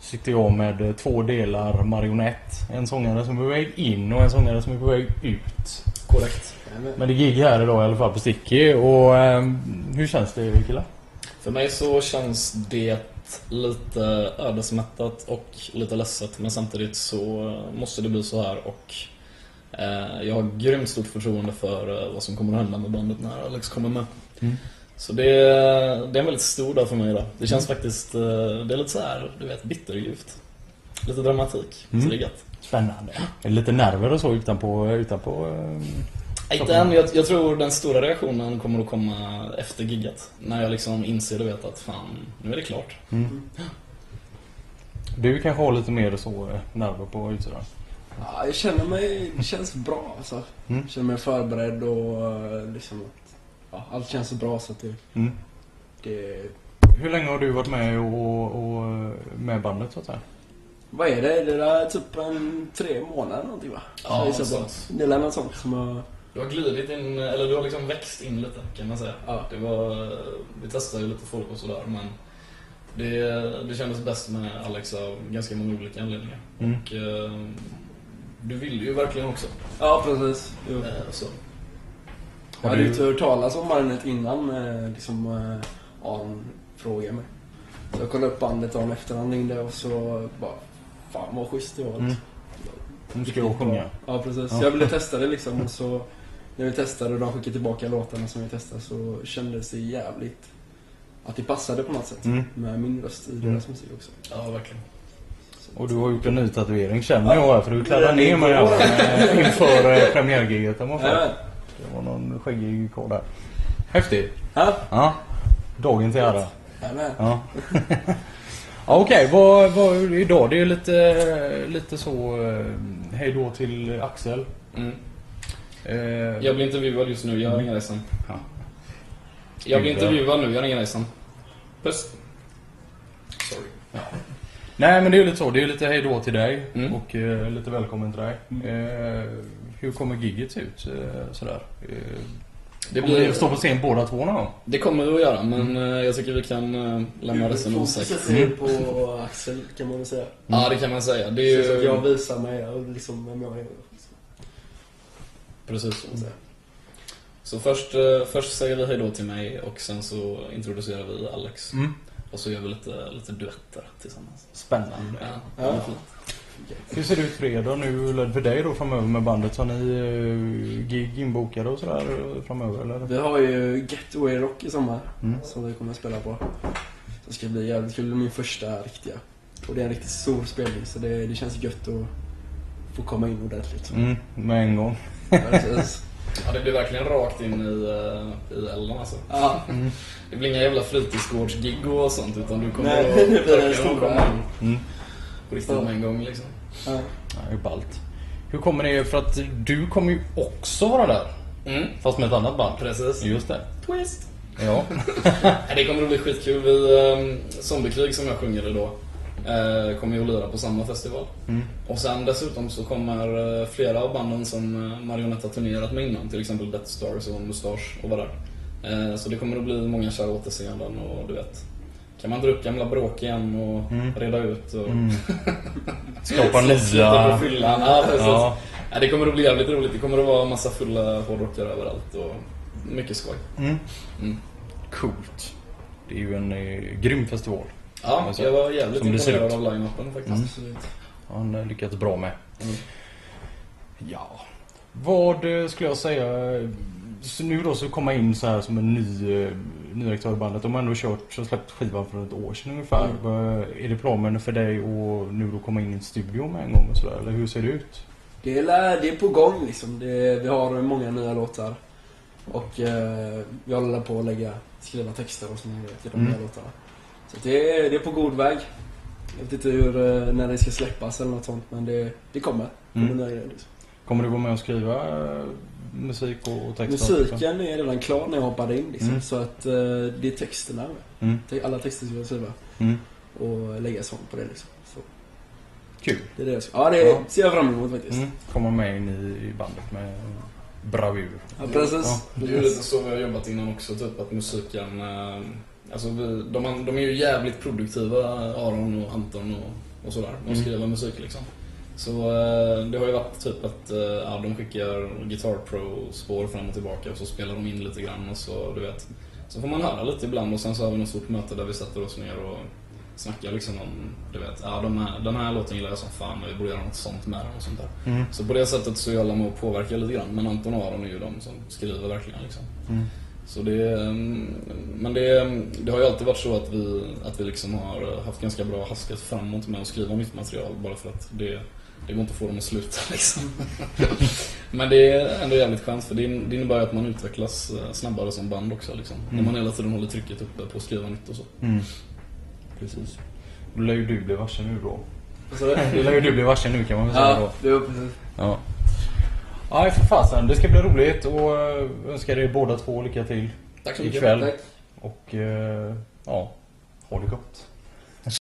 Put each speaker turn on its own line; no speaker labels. sitter jag med eh, två delar marionett. En sångare som är på väg in och en sångare som är på väg ut.
Korrekt.
Men det är gig här idag i alla fall på Sticky och ehm, hur känns det killar?
För mig så känns det lite ödesmättat och lite ledset men samtidigt så måste det bli så här och eh, jag har grymt stort förtroende för eh, vad som kommer att hända med bandet när Alex kommer med.
Mm.
Så det, det är en väldigt stor dag för mig idag. Det känns
Mm.
faktiskt, eh, det är lite så här, du vet, bitterljuvt. Lite dramatik,
Mm.
så det är gött.
Spännande. Är det lite nerver och så utanpå? utanpå ehm,
Nej, Inte än. Jag, jag tror den stora reaktionen kommer att komma efter gigget. När jag liksom inser och vet att fan, nu är det klart.
mm. Du kanske har lite mer så eh, nerver på utsidan?
Ja, jag känner mig, det känns bra alltså.
Mm.
Jag känner mig förberedd och eh, liksom att ja, allt känns så bra så att det,
Mm.
det...
Hur länge har du varit med och, och eh, med bandet så att säga?
Vad är det? Det där är typ en tre månader någonting va?
Ja,
Så det är
alltså.
så bra.
någonstans.
Det är något sånt som jag...
Du har glidit in, eller du har liksom växt in lite kan man säga.
Ja.
Det var, vi testade ju lite folk och sådär men det, det kändes bäst med Alex av ganska många olika anledningar.
Mm.
Och, eh, du ville ju verkligen också.
Ja, precis. Jo.
Eh, Så.
Har
Jag hade ju
du,
inte hört talas om bandet innan eh, liksom, eh, Arn frågade mig. Så jag kollade upp bandet dagen efter han ringde och så bara, fan vad schysst det var.
Mm. nu ska jag sjunga.
Ja, precis.
Ja.
Jag ville testa det liksom och så när vi testade och de skickade tillbaka låtarna som vi testade så kändes det jävligt att det passade på något sätt
Mm.
med min röst i deras musik också.
Ja, verkligen.
Så-
Och du har gjort en ny tatuering känner jag här för du kladdade ner mig här eh, inför eh, premiärgiget. hemma för.
Jajamän.
Det var någon skäggig karl där. Häftigt.
Ja,
Ja. Dagen till ära.
jajamän.
Ja. ja Okej, vad, vad, idag det är lite, lite så eh, hej då till Axel.
Mm.
Eh,
Jag blir intervjuad just nu, jag ringer dig sen.
Ja.
Jag blir
Gud, ja.
intervjuad nu, jag ringer dig sen. Puss. Sorry.
Nej men det är lite så, det är lite hej då till dig
Mm.
och eh, lite välkommen till dig. Eh, hur kommer gigget se ut? Eh, sådär. Eh,
Det,
kommer ni
blir,
att stå på scen båda två någon gång?
det kommer vi att göra, men eh, jag tycker vi kan eh, lämna resten osagt.
Fokuset är
Mm.
ju på Axel kan man väl säga.
Ja, det kan man säga. Det
Så
är
att
ju...
jag visar mig och liksom vem jag är.
Precis.
kan man säga.
Mm.
Så först, eh, först säger vi hejdå till mig och sen så introducerar vi Alex.
Mm.
Och så gör vi lite, lite duetter tillsammans.
Spännande.
Ja,
Ja.
det är fint.
Hur ser det ut för er då nu, eller för dig då framöver med bandet? Har ni eh, gig inbokade och sådär eh, framöver eller?
Vi har ju Getaway Rock i sommar
Mm.
som vi kommer att spela på. Så ska det bli jävligt kul. Det är min första riktiga. Och det är en riktigt stor spelning så det, det känns gött att få komma in ordentligt.
Mm, med en gång.
Ja, precis.
ja, det blir verkligen rakt in i, eh, i elden alltså.
ja,
Det blir inga jävla fritidsgårdsgig och sånt utan du kommer
Nej,
att
det blir en
verkligen
stor
komma in
Mm.
på riktigt med en gång liksom.
ja.
Ja, det är ballt. Hur kommer det, för att du kommer ju också vara där.
Mm,
Fast med ett annat band.
precis.
Just det.
Twist!
Ja.
Nej, Det kommer att bli skitkul. Vi, um, Zombiekrig som jag sjunger idag eh, kommer ju att lira på samma festival.
Mm.
Och sen dessutom så kommer eh, flera av banden som eh, Marionette har turnerat med innan, till exempel Death Stars och Mustasch och vara där. Eh, så det kommer att bli många kära återseenden och du vet. Kan man dra upp gamla bråk igen och reda ut och
Mm. Skapa
slita på
nya...
fyllan. Ja, precis.
Ja.
Nej, det kommer att bli jävligt roligt. Det kommer att vara massa fulla hårdrockare överallt och mycket skoj.
Mm. Coolt. Det är ju en eh, grym festival.
Ja,
Alltså,
jag var jävligt
som det ser ut.
imponerad
Mm.
av line-upen faktiskt.
absolut.
Ja, Han har lyckats bra med.
Mm.
Ja. Vad eh, skulle jag säga? eh, Så nu då så komma in så här som en ny, eh, ny aktör i bandet. De har ändå kört och släppt skivan för ett år sedan ungefär.
Mm.
Vad- Är det planen för dig att nu då komma in i en studio med en gång och sådär? Eller hur ser det ut?
Det är, lä- det är på gång liksom. Det, vi har många nya låtar. Och eh, jag håller på att lägga, skriva texter och sådana grejer till de
Mm.
nya låtarna. Så det, är- det är på god väg. Jag vet inte hur, eh, när det ska släppas eller något sånt men det, det kommer. Det kommer
Mm.
nya grejer, liksom.
Kommer du vara med och skriva eh, musik och och texter?
Musiken är redan klar när jag hoppade in liksom.
Mm.
Så att eh, det är texterna.
Mm.
Te- Alla texter som jag skriver
Mm.
och lägga sång på det liksom. Så
Kul.
det är det jag ska. Ja, det
Ja.
ser jag fram emot faktiskt.
Mm. Komma med in i, i bandet med bravur.
Ja, precis.
Ja.
Det är ju lite så vi har jobbat innan också, typ att musiken... eh, Alltså vi, de, de är ju jävligt produktiva, Aron och Anton och, och sådär. Och skriva musik liksom. Så eh, det har ju varit typ att eh, ja, de skickar Guitar Pro-spår fram och tillbaka och så spelar de in lite grann och så, du vet. Så får man höra lite ibland och sen så har vi något stort möte där vi sätter oss ner och snackar liksom om, du vet, ja, de här, den här låten gillar jag som fan och vi borde göra något sånt med den och sånt där.
Mm.
Så på det sättet så är alla med och påverkar lite grann. Men Anton och Aron är ju de som skriver verkligen. Liksom.
Mm.
Så det, är, mm, men det, är, det har ju alltid varit så att vi, att vi liksom har haft ganska bra haskat framåt med att skriva nytt material bara för att det, det går inte att få dem att sluta liksom. men det är ändå jävligt skönt för det in- det innebär ju att man utvecklas eh, snabbare som band också liksom.
Mm.
När man hela tiden håller trycket uppe på att skriva nytt och så.
Mm.
Precis.
Då lär ju du bli varse nu då.
Vad sa du?
Det lär ju du bli varse nu kan man väl säga då.
Ja, det var precis.
Ja. Nej, för fasen. Det ska bli roligt och eh, önskar er båda två lycka till
Tack så mycket.
ikväll.
Tack.
Och eh, ja, ha det gott.